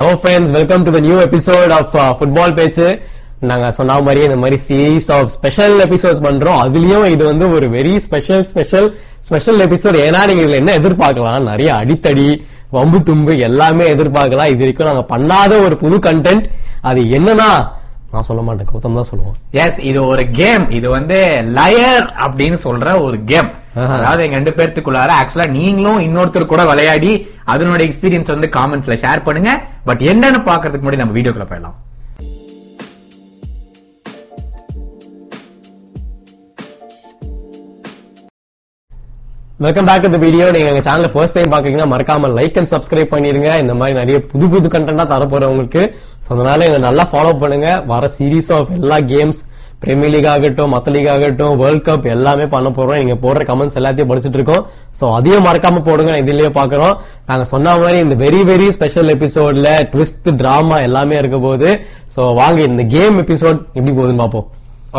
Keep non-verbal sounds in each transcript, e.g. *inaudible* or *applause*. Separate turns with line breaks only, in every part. Hello friends welcome to the new episode of football பேச்சு uh, நாங்க சொன்ன மாதிரி இந்த மாதிரி சீரீஸ் ஆஃப் ஸ்பெஷல் எபிசோட்ஸ் பண்றோம் அதுலயும் இது வந்து ஒரு very special special special episode ஏன்னா நீங்க இதுல என்ன எதிர்பார்க்கலாம் நிறைய அடித்தடி வம்பு தும்பு எல்லாமே எதிர்பார்க்கலாம் இது வரைக்கும் நாங்க பண்ணாத ஒரு புது கண்டென்ட் அது என்னன்னா நான் சொல்ல மாட்டேன் கௌதம் தான் சொல்லுவோம்
எஸ் இது ஒரு கேம் இது வந்து லயர் அப்படின்னு சொல்ற ஒரு கேம்
ஆஹா.
அதாவது எங்க ரெண்டு பேர்த்துக்குள்ளார ஆக்சுவலா நீங்களும் இன்னொருத்தர் கூட விளையாடி அதனோட எக்ஸ்பீரியன்ஸ் வந்து காமெண்ட்ஸ்ல ஷேர் பண்ணுங்க பட் என்னன்னு பாக்குறதுக்கு முன்னாடி நம்ம வீடியோக்குள்ள போயிடலாம்
வெல்கம் பேக் டு வீடியோ நீங்க எங்க சேனல் ஃபர்ஸ்ட் டைம் பாக்குறீங்கன்னா மறக்காம லைக் அண்ட் சப்ஸ்கிரைப் பண்ணிருங்க இந்த மாதிரி நிறைய புது புது கண்டென்ட்டா தர போறேன் உங்களுக்கு ஸோ அதனால இதை நல்லா ஃபாலோ பண்ணுங்க வர சீரீஸ் ஆஃப் எல்லா கேம்ஸ் பிரீமியர் லீக் ஆகட்டும் மத்த லீக் ஆகட்டும் வேர்ல்ட் கப் எல்லாமே பண்ண போறோம் நீங்க போடுற கமெண்ட்ஸ் எல்லாத்தையும் படிச்சிட்டு இருக்கோம் ஸோ அதையும் மறக்காம போடுங்க நான் இதுலயே பாக்குறோம் நாங்க சொன்ன மாதிரி இந்த வெரி வெரி ஸ்பெஷல் எபிசோட்ல ட்விஸ்ட் டிராமா எல்லாமே இருக்க போகுது ஸோ வாங்க இந்த கேம் எபிசோட் எப்படி போகுதுன்னு பார்ப்போம்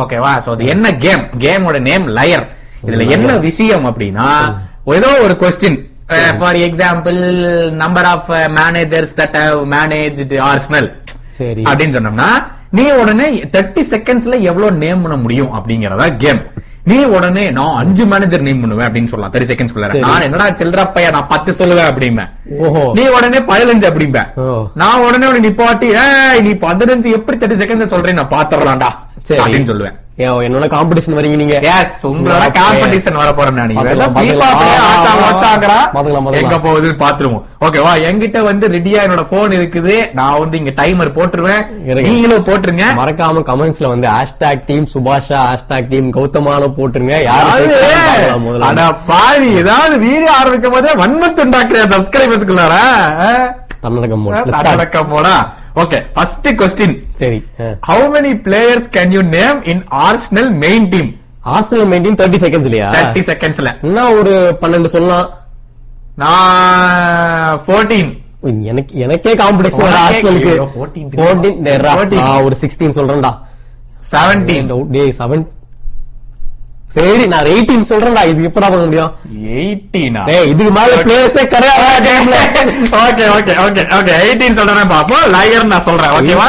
ஓகேவா சோ அது என்ன கேம் கேமோட நேம் லயர் இதுல என்ன விஷயம் அப்படின்னா ஏதோ ஒரு Uh, question for example number of managers that have manage Arsenal
சரி
அப்படின்னு சொன்னோம்னா நீ உடனே தேர்ட்டி செகண்ட்ஸ்ல எவ்வளவு நேம் பண்ண முடியும் அப்படிங்கறதா கேம் நீ உடனே நான் அஞ்சு மேனேஜர் நேம் பண்ணுவேன் அப்படின்னு சொல்லலாம் தேர்ட்டி செகண்ட்ஸ்க்குள்ள
சரி.
நான் என்னடா சில்லறப்பையா நான் பத்து சொல்லுவேன் அப்படிம்பேன்
ஓஹோ
நீ உடனே பதினஞ்சு அப்படிம்பேன்
ஓ.
நான் உடனே உடனே நிப்பாட்டி ஏய் நீ பதினஞ்சு எப்படி தேர்ட்டி செகண்ட்ஸ் சொல்றேன் நான் பாத்துறலாம்டா
சரி
அப்படின்னு சொல்லுவேன்
ஏ, என்னோட காம்படிஷன் வரீங்க நீங்க
எஸ் உங்களோட
Okay.
காம்படிஷன் வர போறேன் நான்
பாத்துக்கலாம், பாத்துக்கலாம். பாத்துக்கலாம், பாத்துக்கலாம்.
எங்க போகுதுன்னு பாத்துருவோம் ஓகேவா என்கிட்ட வந்து ரெடியா என்னோட போன் இருக்குது நான் வந்து இங்க டைமர் போட்டுருவேன்
இருங்க.
நீங்களும் போட்டுருங்க
மறக்காம கமெண்ட்ஸ்ல வந்து ஹேஷ்டாக் டீம் சுபாஷா ஹேஷ்டாக் டீம் கௌதமான போட்டுருங்க யாரு
அதாவது,
ஜெயிக்கிறாங்கன்னு பார்க்கலாம்
அட
முதல்ல
பாவி ஏதாவது வீடியோ ஆரம்பிக்கும் போதே வன்மத்து உண்டாக்குற சப்ஸ்கிரைபர்ஸ்க்குள்ளார
தன்னடக்கம் mode. Let's start.
அடக்கமோடா ஓகே ஃபர்ஸ்ட் கொஸ்டின்
சரி
how many players can you name in Arsenal main team
hostel maintain thirty seconds இல்லையா
தேர்ட்டி செகண்ட்ஸ்ல
என்ன ஒரு பன்னெண்டு சொல்லலாம்
நான் போர்டீன்
உய், எனக்கு எனக்கே காம்படிஷன்
உனக்கே-
ஹாஸ்டலுக்கு
ஐயோ, 14
ஃபோர்டீன் நேரா
14.
நான் ஒரு சிக்ஸ்டீன் சொல்றேன்டா
செவன்டீன்
டே செவன் சரி நான் எயிட்டீன் சொல்றேன்டா இது எப்படா பார்க்க முடியும்
எயிட்டீனா *laughs*
டேய் இதுக்கு மேல பிளேஸே கிடையாது
okay okay okay okay eighteen சொல்றேன் பாப்போம் லயர் நான் சொல்றேன் ஓகேவா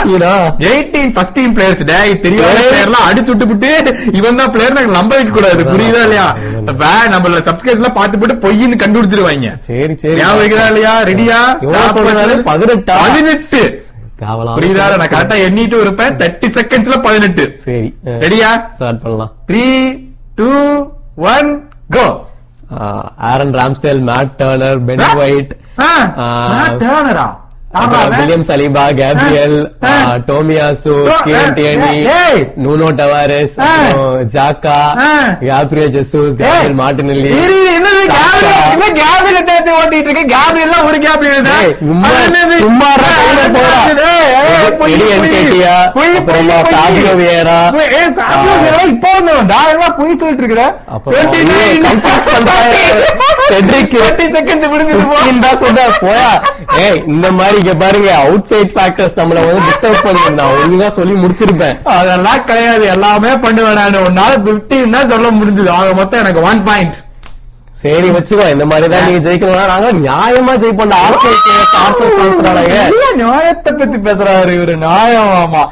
எயிட்டீன் ஃபர்ஸ்ட் டீம் பிளேயர்ஸ் டேய் தெரியாத
ஏய்.
பிளேயர் எல்லாம் அடிச்சு விட்டு விட்டு இவன் தான் பிளேயர் நாங்க நம்ப வைக்க கூடாது புரியுதா இல்லையா
இவன்தான்.
வே நம்மள சப்ஸ்கிரைப்ஸ் எல்லாம் பார்த்து போட்டு பொய்ன்னு கண்டுபிடிச்சிருவாங்க
சரி சரி
ஞாபகம் இருக்குதா இல்லையா ரெடியா
எவ்வளவு சொல்றாரு? பதினெட்டா?
பதினெட்டு
தேவலாம்
புரியுதா நான் கரெக்டா எண்ணிட்டு இருப்பேன் தேர்ட்டி செகண்ட்ஸ்ல பதினெட்டு
சரி
ரெடியா
ஸ்டார்ட் பண்ணலாம்
த்ரீ டூ ஒன் கோ
ஆஹ் Aaron Ramsdale Matt Turner Ben White
டேர்னரா
வில்லியம் சலீபா கேப்ரியல்
ஆ.
டோமியாசு
ஆ,
கிரண் டியனி
ஏய், ஏய்.
நூனோ டவாரஸ்
ஆ.
ஜாக்கா
ஆ.
கேப்ரியல் ஜெசூஸ் கேப்ரியல் மார்டினெல்லி ஏய், சும்மா- சும்மா இருடா, கையில போடா. எடி என்கேடியா, அப்புறமா Fabio Vieira. ஆ. அப்புறம் ஏய், confuse பண்றாரு. Cedric. 15 தான் சொன்னேன், போயா. ஏய், இந்த மாதிரி இங்க பாருங்க அவுட் சைட் ஃபேக்டர்ஸ் நம்மள வந்து டிஸ்டர்ப் பண்ணிருந்தா ஒழுங்கா சொல்லி முடிச்சிருப்பேன்
அதெல்லாம் கிடையாது எல்லாமே பண்ணுவேன் நான் உன்னால 15 தான் சொல்ல முடிஞ்சது ஆக மொத்தம் எனக்கு ஒன் பாயிண்ட்
சரி வச்சுக்கோ இந்த மாதிரி தான் நீங்க ஜெயிக்கணும்னா நாங்க நியாயமா ஜெயிப்போம் ஆர்சல் ஆர்சல் ஃபேன்ஸ்னாலங்க
நியாயத்தை பத்தி பேசுறாரு இவரு நியாயமாமா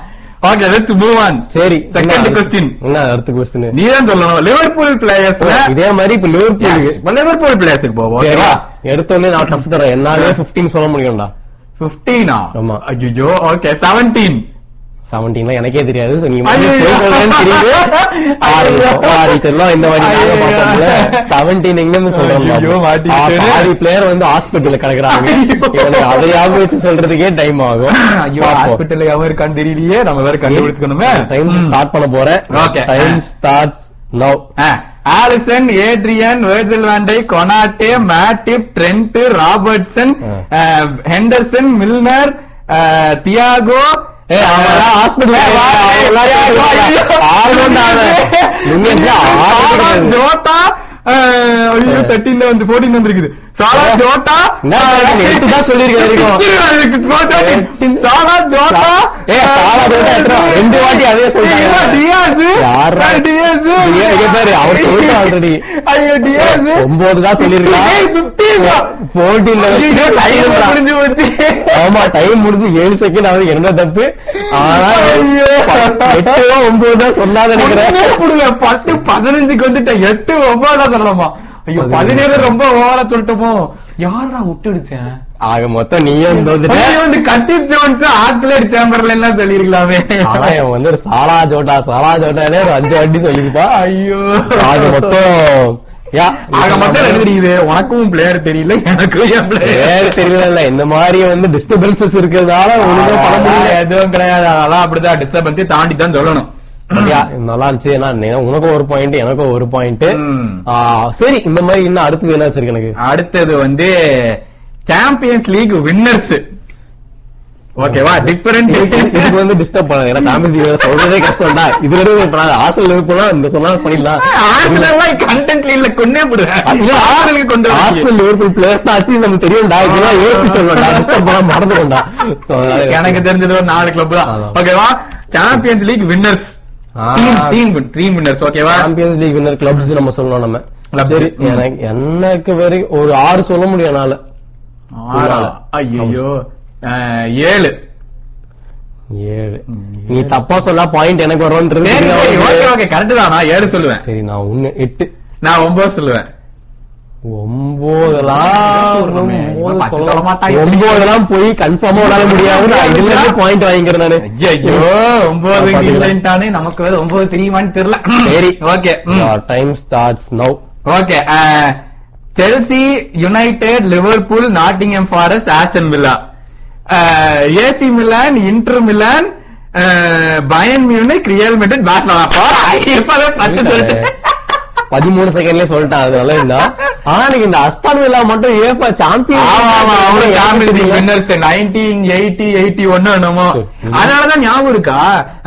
ஓகே லெட்ஸ் மூவ் ஆன்
சரி
செகண்ட்
என்ன-
கொஸ்டின்
என்ன அடுத்த கொஸ்டின்
நீ தான் சொல்லணும் லிவர்பூல் பிளேயர்ஸ்
இதே மாதிரி இப்ப லிவர்பூலுக்கு
லிவர்பூல் பிளேயர்ஸ்க்கு போவோம்
சரி
ஓகேவா
எடுத்த உடனே நான் டஃப் தரேன் என்னாலே 15 சொல்ல முடியும்டா
15
ஆமா.
ஆமா ஐயோ ஓகே 17
செவன்டீன்லாம் எனக்கே தெரியாது சோ நீங்க
ஐயோ.
போய் சொல்றேன்னு தெரியுது ஆறு ஆறு இதெல்லாம் இந்த மாதிரி நாங்க
ஐயோ.
பார்ப்போம்ல செவன்டீன் எங்க இருந்து
ஐயோ,
சொல்றோம்
மாட்டிக்கிட்டேனே.
ஆறு பிளேயர் வந்து ஹாஸ்பிட்டல்ல கிடக்குறாங்க
ஐயோ.
இவனுக்கு அதை ஞாபகம் வச்சு சொல்றதுக்கே டைம் ஆகும்
ஐயோ
பார்ப்போம்.
ஹாஸ்பிடல்ல எவன் இருக்கான்னு தெரியலையே நம்ம வேற கண்டுபிடிச்சுக்கணுமே
டைம் ஸ்டார்ட் பண்ண போறேன்
Okay.
Time starts now
Alisson Adrian Virgil van Dijk Konate Matip Trent Robertson
ஆ.
ஹெண்டர்சன் மில்னர் தியாகோ ஜோட்டா ஐயோ தேர்ட்டீன் வந்து போர்டீன் வந்துருக்குது சாலா ஜோட்டா
என்ன சொல்றீங்க? எடுத்துதான் சொல்லியிருக்க வரைக்கும்.
சரி, அதுக்கு போட்டா-
சரி, கேப்டன்
சாலா ஜோட்டா
ஏய், சாலா ஜோட்டா எத்தனை- ரெண்டு வாட்டி அதே சொல்லிட்டாங்க.
ஐயோ, டியாஸ்
யார்ரா?
நான் டியாஸ்
டியா- இங்க பாரு, அவர் சொல்லிட்டாரு already.
ஐயோ டியாஸ்
ஒன்பது தான் சொல்லிருக்கா
ஏய், 15 தான்.
போட்டியில
ஐயோ, time முடிஞ்சு போச்சு.
ஆமா டைம் முடிஞ்சு ஏழு செகண்ட் அவருக்கு என்ன தப்பு ஆனா
ஐயோ.
பத்து- எட்டு ஒன்பது தான் சொன்னா நினைக்கிறேன்
உடனே புடுங்க, பத்து, பதினஞ்சுக்கு வந்துட்டேன். எட்டு ஒன்பதா சொல்லலாமா? ஐயோ, பதினேழு ரொம்ப ஓவரா சொல்லிட்டோமோ? யார்ரா விட்டுடுச்சேன்?
ஆக மொத்தம் நீயும் தோத்துட்ட
ஐயோ, இந்த கட்டிஸ் ஜோன்ஸ் ஆட்லேட் சேம்பர்லாம் சொல்லிருக்கலாமே
ஆனா இவன் வந்து ஒரு சாலா ஜோட்டா சாலா ஜோட்டானே ஒரு அஞ்சு வாட்டி சொல்லிருப்பா
ஐயோ
ஆக மொத்தம் யா
ஆக மொத்தம் ரெண்டு தெரியுது உனக்கும் பிளேயர் தெரியல எனக்கும் என்
வேற
பிளேயர்
தெரியல இந்த மாதிரி வந்து டிஸ்டர்பன்சஸ் இருக்கிறதால ஒழுங்கா பண்ண முடியல
எதுவும் கிடையாது அதெல்லாம் அப்படிதான் டிஸ்டர்பன்ஸை தாண்டி தான் சொல்லணும்
யா, நல்லா இருந்துச்சு ஏன்னா நீ- உனக்கும் ஒரு பாயிண்ட் எனக்கும் ஒரு பாயிண்ட்
ம்.
சரி இந்த மாதிரி இன்னும் அடுத்தது என்ன வச்சிருக்கு எனக்கு
அடுத்தது வந்து சாம்பியன்ஸ் லீக் வின்னர்ஸ் ஓகேவா டிஃபரெண்ட்
இதுக்கு வந்து டிஸ்டர்ப் பண்ணாது ஏன்னா சாம்பியன்ஸ் லீக் சொல்றதே கஷ்டம்டா இது வரைக்கும் ஒரு பிராண்ட் ஆசல் லிவர்பூல்னா இந்த சொன்னா பண்ணிடலாம்
ஆர்சனல் கண்டென்ட் லீக்ல கொன்னே போடுறேன் ஆர்சனலுக்கு கொண்டு வரீங்க.
ஆர்சனல் லிவர்பூல் பிளேயர்ஸ் தான் அசிஸ் நமக்கு தெரியும்டா இதெல்லாம் யோசிச்சு சொல்லணும்டா டிஸ்டர்ப் பண்ண மறந்துடும்டா So, அதனால
எனக்கு தெரிஞ்சது ஒரு நாலு கிளப் தான்
அதான்.
ஓகேவா சாம்பியன்ஸ் லீக் வின்னர்ஸ்
ஆ.
டீம் டீம் வின்னர்ஸ் ஓகேவா
சாம்பியன்ஸ் லீக் வின்னர் கிளப்ஸ் நம்ம சொல்லணும் நம்ம
Clubs.
சரி எனக்கு எனக்கு வெரி ஒரு ஆறு சொல்ல முடியும் என்னால ஆறா?
ஐயோ ஏழு
ஏழு நீ தப்பா சொல்ல பாயிண்ட் எனக்கு வரும்ன்றது
சரி, சரி, ஓகே ஓகே கரெக்ட் தான் நான் ஏழு சொல்லுவேன்
சரி நான் ஒண்ணு எட்டு
நான் ஒன்பது சொல்லுவேன்
ஒன்பதுலாம்
நம்ம இவன் பத்து
சொல்ல-
சொல்ல மாட்டான்.
ஒன்பதுலாம் போய் கன்ஃபார்மா உன்னால முடியாது நான் இதுல இருந்து பாயிண்ட் வாங்கிக்கிறேன் நானு
ஐயோ
நான்
ஒன்பது
பாத்துக்கிறேன்.
இல்லைன்ட்டானே நமக்கு வேற ஒன்பது தெரியுமான்னு தெரியல
சரி.
Okay
time starts now
okay uh, Chelsea United Liverpool Nottingham Forest Aston Villa AC Milan Inter Milan uh, Bayern Munich Real Madrid Barcelona போடா இப்பவே பத்து சொல்லிட்டேன்
பதிமூணு செகண்ட்லயே சொல்லிட்டான் அது நல்லா இருந்தா ஆனா எனக்கு இந்த அஸ்தான் விழா மட்டும் ஏஃபா
ஆமா ஆமா அவங்க champion
champion
league winners nineteen eighty eighty ஒன்னு என்னமோ
ம்.
அதனாலதான் ஞாபகம் இருக்கா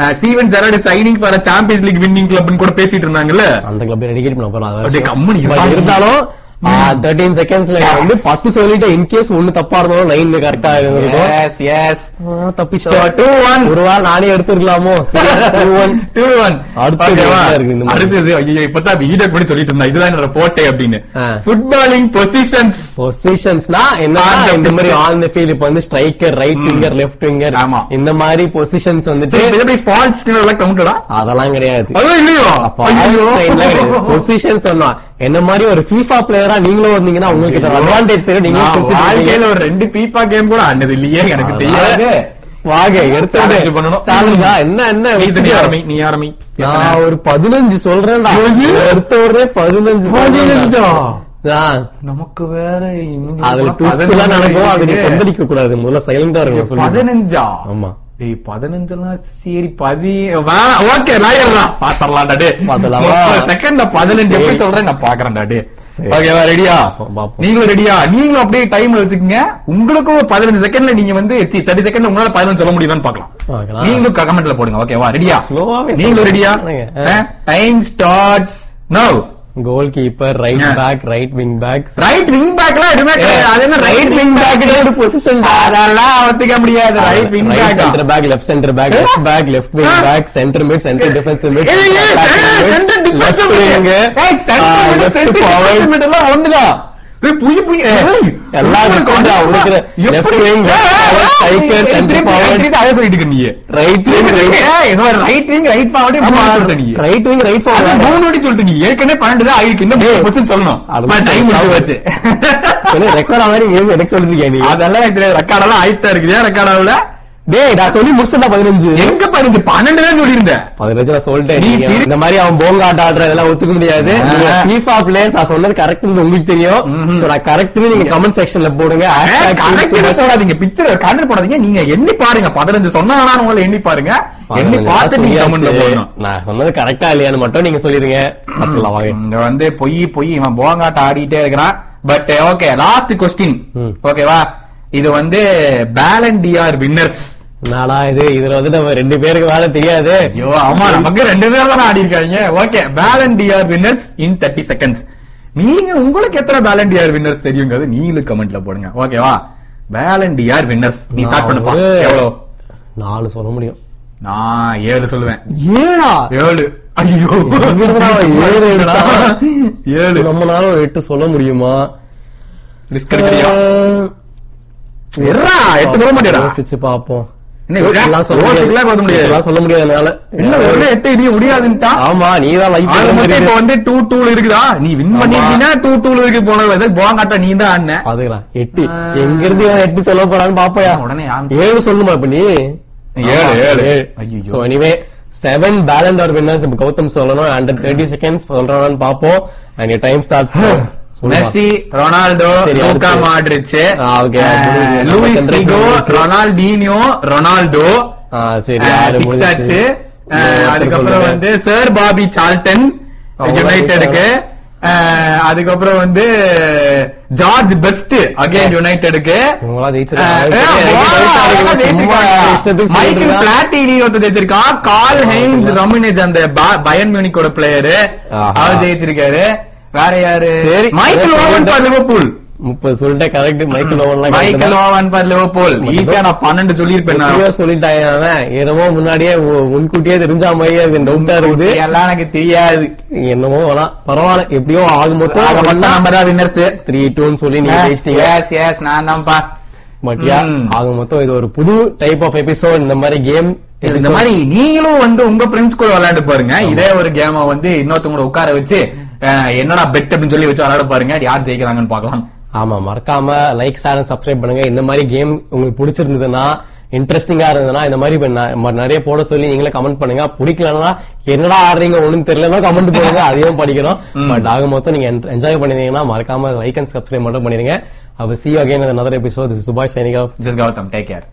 அஹ், Steven Gerrard signing for champions league winning கிளப்னு கூட பேசிட்டு இருந்தாங்கல்ல
அந்த கிளப் ரெடிகேட் பண்ண போறேன் அது
அப்படியே
வரைக்கும்.
கம்முனு
But
இருடா.
இருந்தாலும் தேர்ட்டீன் செகண்ட்ஸ்ல வந்து பத்து சொல்லிட்டு இன்கேஸ் ஒண்ணு தப்பா இருந்தாலும் நைன் கரெக்டா இருந்திருக்கும்
எஸ் எஸ்
தப்பிச்சா
டூ ஒன்
ஒரு வாரம் நானே எடுத்துருக்கலாமோ சரி, two one.
Two one.
அடுத்தது
ஓகேவா?
என்ன இருக்குது இந்த மாதிரி?
அடுத்தது, ஐயையோ, இப்பதான் அது ஈடக் பண்ணி சொல்லிட்டு இருந்தா, இதுதான் என்னோட போட்டை அப்படின்னு.
ஆ.
Footballing positions.
பொசிஷன்ஸ்னா என்ன
On the
இந்த மாதிரி
pitch.
ஆன் தி ஃபீல்ட் இப்ப வந்து striker right winger left winger
ஆமா.
இந்த மாதிரி பொசிஷன்ஸ்
சரி,
வந்துட்டு
இப்ப எப்படி false ன்னு எல்லாம் counted ஆ?
அதெல்லாம் கிடையாது
அதுவும் இல்லையோ? ஐயையோ.
பொசிஷன் சொன்னா என்ன மாதிரி ஒரு FIFA பிளேயரா நீங்களும் வந்தீங்கன்னா உங்களுக்கு
ஐயோ.
அட்வான்டேஜ் தெரியும் நீங்களும்
நான்
பிடிச்சிட்டு
வாழ்க்கையில
இருப்பீங்க.
ஒரு ரெண்டு FIFA game கூட ஆடினது இல்லையே, எனக்கு தெரியாது.
வாங்க எடுத்து
Challenge பண்ணணும்.
சாலுதா என்ன என்ன
நீ
வச்சிருக்க?
சரி, ஆரம்பி, நீ ஆரம்பி.
நான் ஒரு பதினஞ்சு சொல்றேன்டா
ஐயோ.
எடுத்த உடனே பதினஞ்சு
பதினஞ்சா?
சொல்றேன்
நமக்கு வேற இன்னும்
அதுல ட்விஸ்ட்
பதினஞ்சு
எல்லாம் நடக்கும் அது நீ
இருக்கு.
கொந்தளிக்க கூடாது முதல்ல சைலண்டா இருக்கணும் சொல்லிடுறேன்.
பதினஞ்சா
ஆமா
டேய் பதினஞ்சுனா சரி பதி வேணாம் ஓகே லாயர்லாம் பாத்தரலாம் டே
பாத்தரலாமா?
செகண்ட்ல பதினஞ்சு எப்படி
சரி.
சொல்றேன் நான் பாக்குறேன் டே
சரி.
ஓகேவா ரெடியா
பாப்போம், பாப்போம்.
நீங்களும் ரெடியா நீங்களும் அப்படியே டைம் வச்சுக்கோங்க உங்களுக்கும் ஒரு பதினஞ்சு செகண்ட்ல நீங்க வந்து தேர்ட்டி செகண்ட்ல உங்களால பதினஞ்சு சொல்ல முடியுமான்னு பாக்கலாம்
பாக்கலாம்.
நீங்களும் கமெண்ட்ல போடுங்க ஓகேவா ரெடியா
ஸ்லோவாவே
நீங்களும்
சொல்லுங்க.
ரெடியா
சொல்லுங்க.
Time starts now
goalkeeper right
ஆ.
Back right wing back
right wing பேக்லாம் எதுவுமே கிடையாது அது என்ன ரைட் விங் பேக்
ஒரு பொசிஷன்
அதெல்லாம் ஒத்துக்க முடியாது right wing back
center back left center back left back left wing
ஆ.
Back center mid center defense mid
ஏய், ஏய், ஏய், center defense
left
mid.
Wing
ஏய், center
Ah,
mid, center
left
defense
forward
mid எல்லாம் ஒண்ணுதான். ஏய், புய், புய், ஏய்,
எல்லா
உள்ள
defense
கொண்டா,
உள்ள இருக்கிற
எப்படி?
left wing,
ஏய்,
right forward,
ஏய், ஏய்,
striker,
ஏய்,
center
திருப்பி,
forward.
திருப்பி அதை சொல்லிட்டு இருக்க நீயே.
ரைட்
திருப்பி,
விங்
திருப்பி, ஏய், இந்த மாதிரி right wing, right forward, இப்படி சொல்லிட்ட நீயே.
ரைட் விங் ரைட்
அது
ஃபார்வர்ட்
மூணு வாட்டி சொல்லிட்ட நீ. ஏற்கனவே பன்னெண்டு தான் ஆயிருக்கு. இன்னும்
ஏய்.
question சொல்லணும்.
அது
நான் time
மட்டும்
முடிச்சு
*laughs*
வச்சு.
ரெக்கார்ட் ஆகாது எனக்கு சொல்லிருக்கேன் நீ
*laughs* அதெல்லாம் எனக்கு தெரியாது. record எல்லாம் ஆயிட்டுதான் இருக்குது. ஏன் record ஆகல?
டேய் நான் சொல்லி முடிச்சதா பதினஞ்சு
எங்க பதினஞ்சு? பன்னெண்டு தான் சொல்லியிருந்தேன்
பதினஞ்சு நான் சொல்லிட்டேன்
நீ
நீங்க
திரு-
இந்த மாதிரி அவன் போங்காட்ட ஆடுற இதெல்லாம் ஒத்துக்க முடியாது
ஆ.
ஃபீஃபா பிளேயர்ஸ் நான் சொன்னது கரெக்ட்னு உங்களுக்கு தெரியும்
ம்ஹும்.
சோ நான் கரெக்ட்னு நீங்க கமெண்ட் செக்ஷன்ல போடுங்க Hashtag
கணக்கு
Team Super.
போடாதீங்க பிக்சர் கணக்கு போடாதீங்க நீங்க எண்ணி பாருங்க பதினஞ்சு சொன்னாலும் உங்களை எண்ணி பாருங்க எண்ணி
பதினஞ்சு
பார்த்துட்டு நீங்க கமெண்ட்ல
சொல்லியாச்சு.
போடணும்
நான் சொன்னது கரெக்டா இல்லையான்னு மட்டும் நீங்க சொல்லிருங்க அப்படிலாம் வாங்க
இங்க வந்து பொய் பொய் இவன் போங்காட்ட ஆடிட்டே இருக்கிறான் eh, but okay last question
ம்.
ஓகேவா இது வந்து பேலண்டியார் வின்னர்ஸ்
நாளா இது இதுல வந்து நம்ம ரெண்டு பேருக்கு வேலை தெரியாது
ஐயோ ஆமா நமக்கு ரெண்டு பேர் தானே ஆடி இருக்காங்க okay Ballon d'Or winners in thirty seconds நீங்க உங்களுக்கு எத்தனை பேலண்டியார் வின்னர்ஸ் தெரியுங்கிறது நீங்களும் கமெண்ட்ல போடுங்க ஓகேவா வேலண்டியார் வின்னர்ஸ் நீ ஸ்டார்ட்
நான்
பண்ணுப்பா
ஒரு-
எவ்வளவு
நாலு சொல்ல முடியும்
நான் ஏழு சொல்லுவேன்
ஏழா
ஏழு ஐயோ
எங்கடா ஏழு எடுத்தா?
ஏழு
நம்ம நாளும் ஒரு எட்டு சொல்ல முடியுமா
ரிஸ்க் எடுக்கிறியா
அஹ்,
எர்ரா, எட்டு சொல்ல மாட்டியாடா?
யோசிச்சு பாப்போம்
என்ன விடா?
எல்லாம் சொல்ல முடியாது.
ஓட்டுக்கெல்லாம் கொடுக்க முடியாது.
எல்லாம் சொல்ல முடியாது என்னால.
இல்ல ஒரே எட்டு இடிய முடியாதுன்னுட்டா
ஆமா நீதான் live
அது
program
மட்டும்
தெரியுது.
இப்ப வந்து டூ டூல இருக்குதா நீ வின்
ஆமா.
பண்ணிருக்கீங்கன்னா டூ டூல இருக்கு போன ஏதாவது போங்காட்ட நீ தான் ஆடின
பாத்துக்கலாம். எட்டு
ஆ.
எங்க இருந்து இவன் எட்டு சொல்ல போறான்னு பாப்போயா?
உடனே ஆம்.
ஏழு சொல்லுமா இப்ப நீ?
ஏழு,
ஆமா,
ஏழு.
ஏழு.
ஐயையோ.
So anyway, seven Ballon d'Or winners இப்ப கௌதம் சொல்லணும். Under 30 seconds சொல்றானான்னு பாப்போம். And your time starts
*laughs*
now. சொல்லுமா.
மெஸ்ஸி ரொனால்டோ
சரி,
லூகா
அடுத்து.
மாட்ரிச்
ஆ, okay.
அஹ், லூயிஸ்
நம்ம
ஃபிகோ
generation
ரொனால்டினியோ ரொனால்டோ
ஆ, சரி,
அஹ்,
ஆறு
six
முடிஞ்சிருச்சு.
ஆச்சு அஹ்,
இன்னும் ஒருத்தர்
அதுக்கப்புறம்
சொல்லுங்க.
வந்து சர் பாபி சால்டன்
அவங்க
யுனைடெடுக்கு அதுக்கப்புறம் வந்து ஜார்ஜ் பெஸ்ட் அகைன் யுனைடெடுக்கு
இவங்களா ஜெயிச்சிருக்காங்க. இஷ்டத்துக்கு
மைக்கேல்
சொல்லிட்டு
பிளாட்டினி ஒருத்தர் ஜெயிச்சிருக்கான் கால் ஹெய்ன்ஸ்
அப்படியா?
ரமினேஜ் அந்த பா- பயன் மியூனிக்கோட பிளேயரு
ஆஹா.
அவர் ஜெயிச்சிருக்காரு வேற யாரு
சரி.
மைக்கேல் ஓவன் ஃபார் லிவர்பூல்
முப்பது சொல்லிட்டேன் கரெக்ட் மைக்கேல் ஓவன்லாம் correct தான்.
மைக்கேல் ஓவன் ஃபார் லிவர்பூல் ஈஸியா நான் பன்னெண்டு சொல்லியிருப்பேன் நான்.
எப்படியோ சொல்லிட்டான் அவன் என்னமோ முன்னாடியே உ- முன்கூட்டியே தெரிஞ்சா மாதிரியே அது டவுட்டா இருக்குது
எல்லாம் எனக்கு தெரியாது
என்னமோ வேணாம் பரவாயில்ல எப்படியோ ஆக
ஆக மொத்தம்
மொத்தம்
நம்ம தான் வின்னர்ஸ்
த்ரீ டூன்னு சொல்லி நீங்க ஜெயிச்சிட்டீங்க
எஸ் எஸ் நான் தான்ப்பா
பட்யா
ம்.
ஆக மொத்தம் இது ஒரு புது டைப் ஆஃப் எபிசோட் இந்த மாதிரி கேம்
இந்த மாதிரி நீங்களும் வந்து உங்க ஃப்ரெண்ட்ஸ் கூட விளையாண்டு பாருங்க இதே ஒரு கேம வந்து இன்னொருத்தவங்க கூட உட்கார வச்சு அஹ், என்னடா பெட் அப்படின்னு சொல்லி வச்சு விளையாட பாருங்க அது யார் ஜெயிக்கிறாங்கன்னு பார்க்கலாம்
ஆமா மறக்காம லைக் ஷேர் அண்ட் சப்ஸ்கிரைப் பண்ணுங்க இந்த மாதிரி கேம் உங்களுக்கு பிடிச்சிருந்ததுன்னா இன்ட்ரெஸ்டிங்கா இருந்ததுன்னா இந்த மாதிரி இப்ப ந- ம- நிறைய போட சொல்லி நீங்களே கமெண்ட் பண்ணுங்க பிடிக்கலன்னா என்னடா ஆடுறீங்க ஒண்ணும் தெரியலன்னா கமெண்ட் போடுங்க அதையும் படிக்கிறோம் பட் ஆக மொத்தம் நீங்க என்ஜாய் பண்ணிருந்தீங்கன்னா மறக்காம லைக் அண்ட் சப்ஸ்கிரைப் மட்டும் பண்ணிருங்க அவர் see again another episode this is Subash சைனிகா
This is Gautam. Take care.